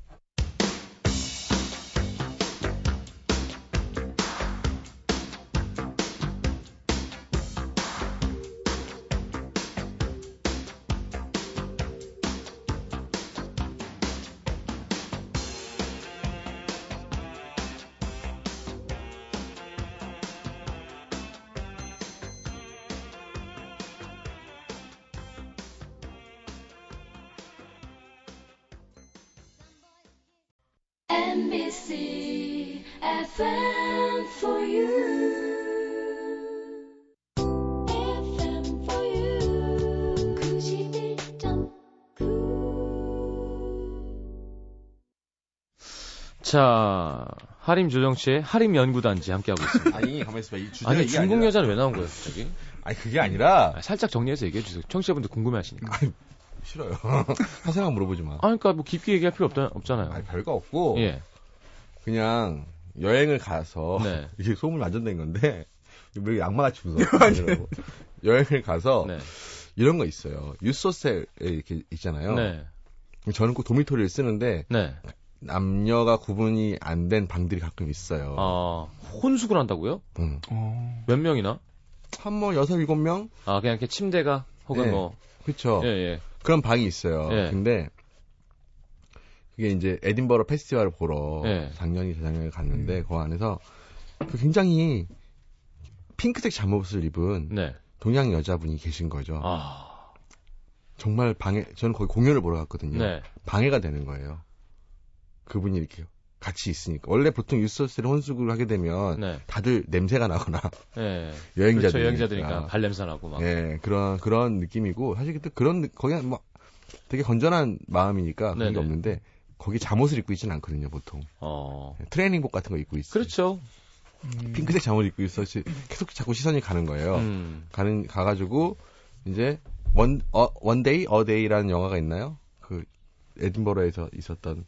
Speaker 6: NBC FM for you. FM for you. 91.9.
Speaker 1: 자, 하림 조정치의 하림 연구단지 함께하고 있습니다.
Speaker 4: (laughs) 아니, 가만히 있어봐. 이 주제가
Speaker 1: 아니,
Speaker 4: 이게
Speaker 1: 중국
Speaker 4: 아니라-
Speaker 1: 여자는 왜 나온 거예요, 갑자기?
Speaker 4: 아니, 그게 아니라.
Speaker 1: 아, 살짝 정리해서 얘기해주세요. 청취자분들 궁금해 하시니까.
Speaker 4: 싫어요. (laughs) 사생활 물어보지 마.
Speaker 1: 아, 그러니까 뭐 깊게 얘기할 필요 없다, 없잖아요.
Speaker 4: 아니, 별거 없고.
Speaker 1: 예.
Speaker 4: 그냥 여행을 가서.
Speaker 1: 네.
Speaker 4: (laughs) 이게 소문 완전 된 건데. 왜 악마같이 무서워? (laughs) 아니라고. 여행을 가서.
Speaker 1: 네.
Speaker 4: 이런 거 있어요. 유소셀에 이렇게 있잖아요.
Speaker 1: 네.
Speaker 4: 저는 꼭 도미토리를 쓰는데.
Speaker 1: 네.
Speaker 4: 남녀가 구분이 안 된 방들이 가끔 있어요.
Speaker 1: 아, 혼숙을 한다고요?
Speaker 4: 음.
Speaker 3: 어.
Speaker 1: 몇 명이나?
Speaker 4: 한뭐 여섯 일곱 명
Speaker 1: 아, 그냥 이렇게 침대가 혹은
Speaker 4: 네.
Speaker 1: 뭐.
Speaker 4: 그쵸
Speaker 1: 예, 예.
Speaker 4: 그런 방이 있어요
Speaker 1: 예.
Speaker 4: 근데 그게 이제 에딘버러 페스티벌을 보러
Speaker 1: 예. 음.
Speaker 4: 작년이 재작년에 갔는데 그 안에서 그 굉장히 핑크색 잠옷을 입은
Speaker 1: 네.
Speaker 4: 동양 여자분이 계신 거죠
Speaker 1: 아,
Speaker 4: 정말 방해 저는 거기 공연을 보러 갔거든요
Speaker 1: 네.
Speaker 4: 방해가 되는 거예요 그분이 이렇게 같이 있으니까 원래 보통 유소스를 혼숙을 하게 되면
Speaker 1: 네.
Speaker 4: 다들 냄새가 나거나 (laughs)
Speaker 1: 예.
Speaker 4: 여행자들
Speaker 1: 그렇죠, 여행자들이니까 발냄새 나고 막.
Speaker 4: 예, 그런, 그런 느낌이고, 사실 그때 그런, 느- 거기 뭐, 되게 건전한 마음이니까 그런
Speaker 1: 네네.
Speaker 4: 게 없는데, 거기 잠옷을 입고 있진 않거든요, 보통. 예,
Speaker 1: 어.
Speaker 4: 트레이닝복 같은 거 입고 있어요.
Speaker 1: 그렇죠.
Speaker 3: 음.
Speaker 4: 핑크색 잠옷 입고 있어. 시- 계속 자꾸 시선이 가는 거예요.
Speaker 1: 음.
Speaker 4: 가는, 가가지고, 이제, 원, 어, 원데이, 어데이라는 영화가 있나요? 그, 에딘버러에서 있었던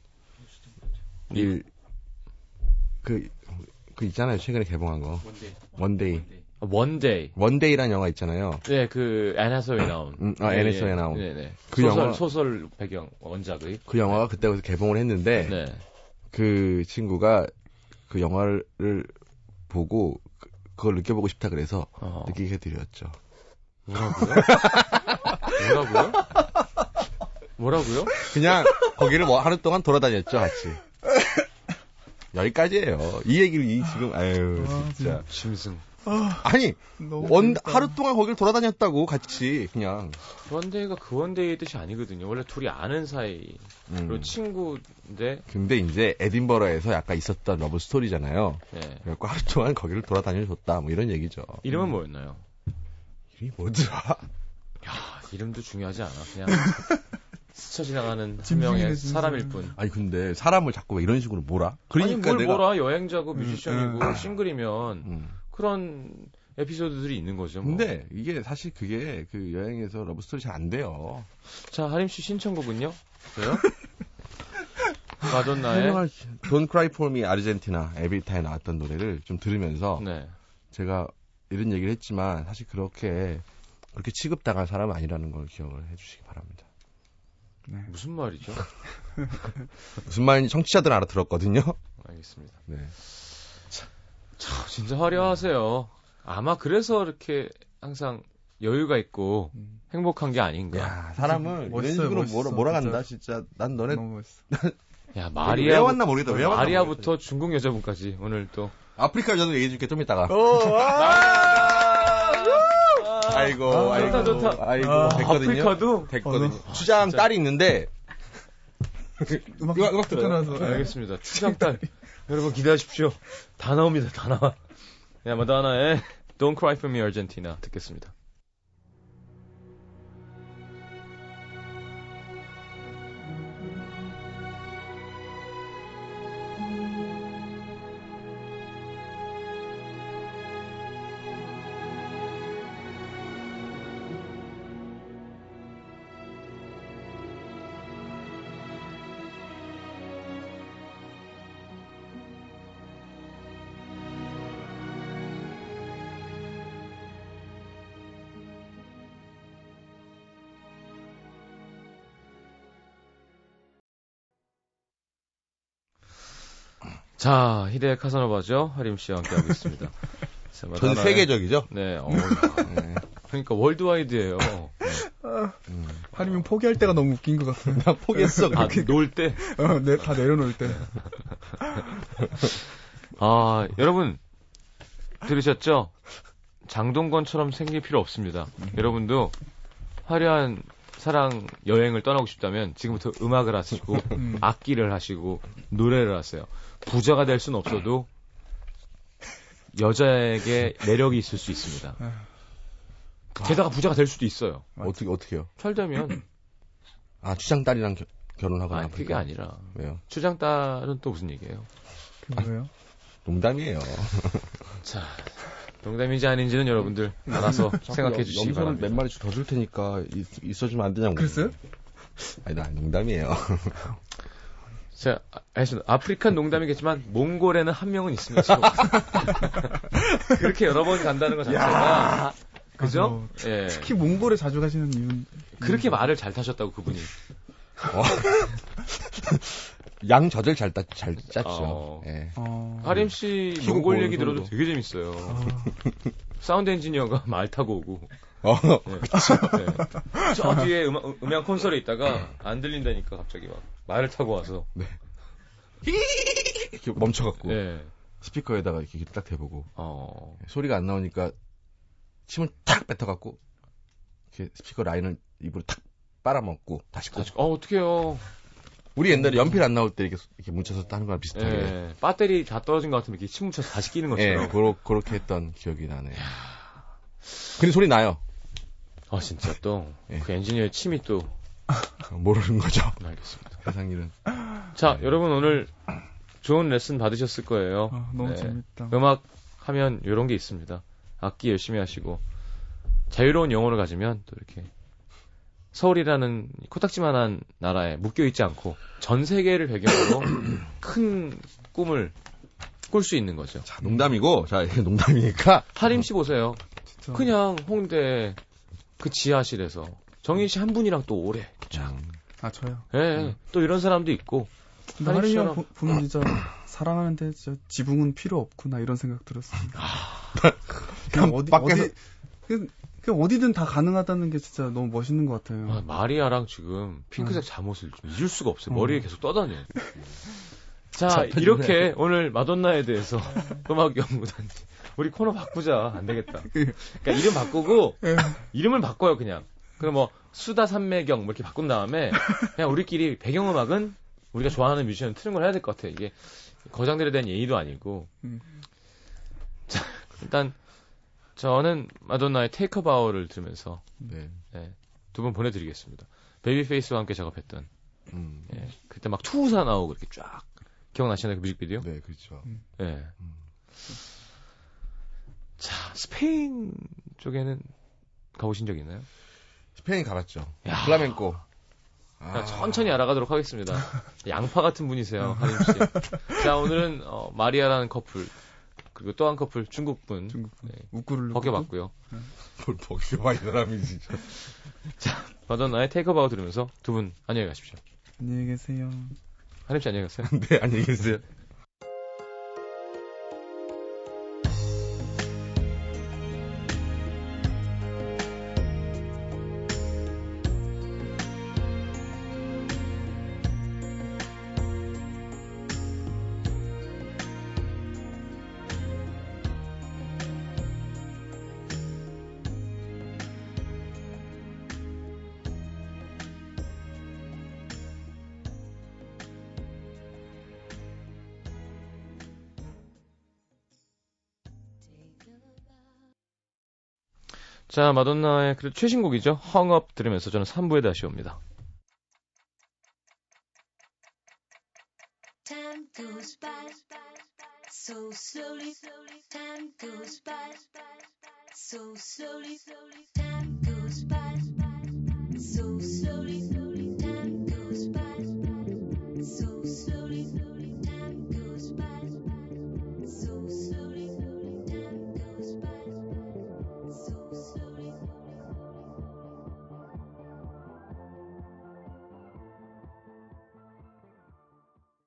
Speaker 4: 일, 그, 그 있잖아요. 최근에 개봉한 거.
Speaker 5: 원데이.
Speaker 4: 원데이.
Speaker 1: 원데이.
Speaker 4: 원데이라는 영화 있잖아요.
Speaker 1: 네, 그, 애나소에 나온. 네, 예.
Speaker 4: 음, 아, 앤 해서웨이 나온.
Speaker 1: 네네.
Speaker 4: 그
Speaker 1: 소설,
Speaker 4: 영화-
Speaker 1: 소설 배경, 원작의.
Speaker 4: 그 영화가 그때 거기서 개봉을 했는데,
Speaker 1: 네.
Speaker 4: 그 친구가 그 영화를 보고 그- 그걸 느껴보고 싶다 그래서
Speaker 1: 어.
Speaker 4: 느끼게 해드렸죠.
Speaker 1: 뭐라고요? 뭐라고요? 뭐라고요?
Speaker 4: 그냥 거기를 뭐 하루 동안 돌아다녔죠, 같이. 여기까지예요. 이 얘기를 이 지금 아유 네.
Speaker 3: 아,
Speaker 4: 진짜
Speaker 1: 짐승.
Speaker 4: 아니
Speaker 3: 너무
Speaker 4: 원
Speaker 3: 재밌다.
Speaker 4: 하루 동안 거기를 돌아다녔다고 같이 그냥
Speaker 1: 원데이가 그 원데이의 뜻이 아니거든요. 원래 둘이 아는 사이.
Speaker 4: 음.
Speaker 1: 그리고 친구인데,
Speaker 4: 근데 이제 에딘버러에서 약간 있었던 러브 스토리잖아요.
Speaker 1: 네.
Speaker 4: 그래갖고 하루 동안 거기를 돌아다녀줬다 뭐 이런 얘기죠.
Speaker 1: 이름은 뭐였나요?
Speaker 4: 이름이 뭐더라?
Speaker 1: 야, 이름도 중요하지 않아.
Speaker 4: (laughs)
Speaker 1: 그냥 스쳐 지나가는 한
Speaker 3: 짐승이네,
Speaker 1: 명의
Speaker 3: 짐승.
Speaker 1: 사람일 뿐.
Speaker 4: 아니 근데 사람을 자꾸 왜 이런 식으로 몰아? 그러니까
Speaker 1: 아니 뭘
Speaker 4: 내가
Speaker 1: 뭐라 여행자고 뮤지션이고 싱글이면
Speaker 4: 음.
Speaker 1: 그런 에피소드들이 있는 거죠. 뭐.
Speaker 4: 근데 이게 사실 그게 그 여행에서 러브스토리 잘 안 돼요.
Speaker 1: 자 하림 씨 신청곡은요? 왜요? 마돈나의 아, 예?
Speaker 4: (laughs) 설명할 수- Don't Cry For Me 아르헨티나 에비타에 나왔던 노래를 좀 들으면서
Speaker 1: 네.
Speaker 4: 제가 이런 얘기를 했지만 사실 그렇게 그렇게 취급당한 사람은 아니라는 걸 기억을 해주시기 바랍니다.
Speaker 3: 네.
Speaker 1: 무슨 말이죠?
Speaker 4: 무슨 말인지 청취자들은 알아들었거든요.
Speaker 1: 알겠습니다.
Speaker 4: 네.
Speaker 1: 참 진짜 화려하세요. 아마 그래서 이렇게 항상 여유가 있고
Speaker 3: 음.
Speaker 1: 행복한 게 아닌가.
Speaker 4: 야 사람을 이런
Speaker 3: 멋있어요,
Speaker 4: 식으로
Speaker 3: 멋있어,
Speaker 4: 몰아, 몰아간다 진짜. 난 너네
Speaker 3: 너무 멋있어.
Speaker 1: 야
Speaker 4: 왜
Speaker 1: 마리아
Speaker 4: 왔나 모르겠다. 왜 왔나 모르겠다.
Speaker 1: 마리아부터 중국 여자분까지 오늘 또
Speaker 4: 아프리카 여자들 얘기해 줄게 좀 이따가. 아이고
Speaker 1: 아,
Speaker 4: 아이고
Speaker 1: 좋다, 좋다.
Speaker 4: 아이고
Speaker 3: 아,
Speaker 4: 됐거든요.
Speaker 1: 아프리카도
Speaker 4: 됐거든요.
Speaker 3: 어,
Speaker 4: 추장 딸이 있는데
Speaker 3: 음악
Speaker 4: 이거- 이거 들어요?
Speaker 3: 서
Speaker 1: 네, 알겠습니다. 추장딸. 여러분 기대하십시오. 다 나옵니다. 다 나와. 야, 마다나의 Don't Cry For Me Argentina 듣겠습니다.
Speaker 4: 아,
Speaker 1: 자, 히데의 카사노바죠. 하림 씨와 함께하고 있습니다. 자,
Speaker 4: 전
Speaker 1: 마다나의- (laughs)
Speaker 4: 세계적이죠.
Speaker 1: 네, 어,
Speaker 4: 네.
Speaker 1: 그러니까 월드와이드예요.
Speaker 4: 음.
Speaker 3: 하림이 포기할 때가 너무 웃긴 것 같아요.
Speaker 4: 나 포기했어.
Speaker 1: 아, 놀 때.
Speaker 3: 어, 내, 다 내려놓을 때.
Speaker 1: 아, 여러분 들으셨죠? 장동건처럼 생길 필요 없습니다. 여러분도 화려한 사랑 여행을 떠나고 싶다면 지금부터 음악을
Speaker 4: (laughs)
Speaker 1: 하시고
Speaker 3: 음.
Speaker 1: 악기를 하시고 노래를 하세요. 부자가 될 수는 없어도 여자에게 매력이 있을 수 있습니다.
Speaker 3: 아,
Speaker 1: 게다가 부자가 될 수도 있어요.
Speaker 4: 어떻게 어떻게요?
Speaker 1: 잘 되면
Speaker 4: (clears throat) 아 추장 딸이랑 겨- 결혼하거나
Speaker 1: 아니, 그게
Speaker 4: 그러니까.
Speaker 1: 아니라
Speaker 4: 왜요?
Speaker 1: 추장 딸은 또 무슨 얘기예요?
Speaker 3: 그 뭐예요?
Speaker 4: 농담이에요.
Speaker 1: 자 농담인지 아닌지는 여러분들
Speaker 4: (laughs)
Speaker 1: 알아서 생각해 주시기
Speaker 4: 염소는
Speaker 1: 바랍니다.
Speaker 4: 몇 마리 더 줄 테니까 있, 어주면안 되냐고.
Speaker 3: 글쎄요?
Speaker 4: 아니 나 농담이에요. (laughs) 어.
Speaker 1: 자, 아, 알겠습니다. 아프리카 농담이겠지만 몽골에는 한 명은 있습니다.
Speaker 4: (laughs)
Speaker 1: 지금. 그렇게 여러 번 간다는 것 자체가 그죠? 예.
Speaker 3: 특히 몽골에 자주 가시는 이유는
Speaker 4: 음.
Speaker 1: 그렇게 말을 잘 타셨다고 그분이.
Speaker 4: 양 젖을 잘, 따, 잘 짰죠.
Speaker 1: 어.
Speaker 4: 예.
Speaker 3: 어...
Speaker 1: 하림 씨
Speaker 4: 키고
Speaker 1: 몽골
Speaker 4: 보는
Speaker 1: 얘기 들어도
Speaker 4: 정도.
Speaker 1: 되게 재밌어요.
Speaker 3: 아,
Speaker 1: 사운드 엔지니어가 (laughs) 말 타고 오고.
Speaker 4: 어,
Speaker 1: 예. 예. 저 뒤에 음, 음향 콘솔에 있다가 안 들린다니까 갑자기 막 말을 타고 와서.
Speaker 4: 이렇게 멈춰갖고
Speaker 1: 예.
Speaker 4: 스피커에다가 이렇게 귀를 딱 대보고 예,
Speaker 1: 어.
Speaker 4: 소리가 안 나오니까 침을 탁 뱉어갖고 이렇게 스피커 라인을 입으로 탁 빨아먹고 다시 꽂.
Speaker 1: 다시- 어, 어떡해요.
Speaker 4: 우리 옛날에 연필 안 나올 때 이렇게, 이렇게 뭉쳐서 따는 거랑 비슷하게.
Speaker 1: 아, 어. 예. 배터리 다 떨어진 것 같으면 이렇게 침 묻혀서 다시 끼는
Speaker 4: 네. 예,
Speaker 1: 것처럼.
Speaker 4: 그러, 그렇게 했던 기억이 나네요. 근데 소리 나요.
Speaker 1: 아, 진짜 또.
Speaker 4: 예.
Speaker 1: 그 엔지니어의 침이 또.
Speaker 4: 모르는 거죠. (laughs)
Speaker 1: 네, 알겠습니다.
Speaker 4: 세상 일은.
Speaker 1: 자, 여러분 오늘 좋은 레슨 받으셨을 거예요.
Speaker 3: 아, 너무
Speaker 1: 네.
Speaker 3: 재밌다.
Speaker 1: 음악 하면 이런 게 있습니다. 악기 열심히 하시고 자유로운 영혼을 가지면 또 이렇게 서울이라는 코딱지만한 나라에 묶여 있지 않고 전 세계를 배경으로 (coughs) 큰 꿈을 꿀 수 있는 거죠.
Speaker 4: 자, 농담이고, 자, 이게 농담이니까.
Speaker 1: 하림 씨 보세요.
Speaker 3: 진짜.
Speaker 1: 그냥 홍대 그 지하실에서 정인 씨 한 분이랑 또 오래. 쫙.
Speaker 4: 음.
Speaker 3: 아 저요.
Speaker 1: 예, 예. 또 이런 사람도 있고
Speaker 3: 근데
Speaker 1: 하림
Speaker 3: 하림이
Speaker 1: 씨랑-
Speaker 3: 형 보- 보면 진짜 사랑하는데 진짜 지붕은 필요 없구나 이런 생각 들었어요. (laughs) 그냥 어디
Speaker 4: 밖에서-
Speaker 3: 어디 그냥, 그냥 어디든 다 가능하다는 게 진짜 너무 멋있는 것 같아요. 어.
Speaker 1: 아, 마리아랑 지금 핑크색 잠옷을 좀 잊을 수가 없어요. 머리에 계속 떠다녀. (laughs) 자, 이렇게 오늘 마돈나에 대해서 (laughs) 음악 연구단 우리 코너 바꾸자. 안 되겠다. 그러니까 이름 바꾸고
Speaker 3: 예.
Speaker 1: 이름을 바꿔요, 그냥. 그럼 뭐 수다 삼매경 뭐 이렇게 바꾼 다음에 그냥 우리끼리 배경음악은 우리가 좋아하는 뮤지션 트는 걸 해야 될 것 같아. 이게 거장들에 대한 예의도 아니고.
Speaker 3: 음.
Speaker 1: 자, 일단 저는 마돈나의 테이크 바워를 들으면서
Speaker 4: 네.
Speaker 1: 두 분 보내드리겠습니다. 베이비페이스와 함께 작업했던
Speaker 4: 음.
Speaker 1: 예, 그때 막 투우사 나오고 이렇게 쫙 기억나시나요 그 뮤직비디오?
Speaker 4: 네, 그렇죠.
Speaker 1: 예.
Speaker 4: 음.
Speaker 1: 자 스페인 쪽에는 가보신 적 있나요?
Speaker 4: 스페인 가봤죠. 플라멩코.
Speaker 1: 그냥
Speaker 4: 아,
Speaker 1: 천천히 알아가도록 하겠습니다. 양파 같은 분이세요 하림 씨. 자 오늘은 어, 마리아라는 커플 그리고 또 한 커플 중국 분
Speaker 3: 중국 분.
Speaker 1: 네.
Speaker 3: 웃구를
Speaker 1: 벗겨봤고요.
Speaker 4: 뭘 벗겨봐, 이 사람이 진짜.
Speaker 1: 마돈나의 테이크바우 들으면서 두 분 안녕히 가십시오.
Speaker 3: 안녕히 계세요.
Speaker 1: 하림 씨 안녕히 가세요.
Speaker 4: 네, 안녕히 계세요.
Speaker 1: 자 마돈나의 그 최신곡이죠 헝업 들으면서 저는 3부에 다시 옵니다.
Speaker 6: Time goes by so slowly. Time goes by so slowly. Time goes by so slowly.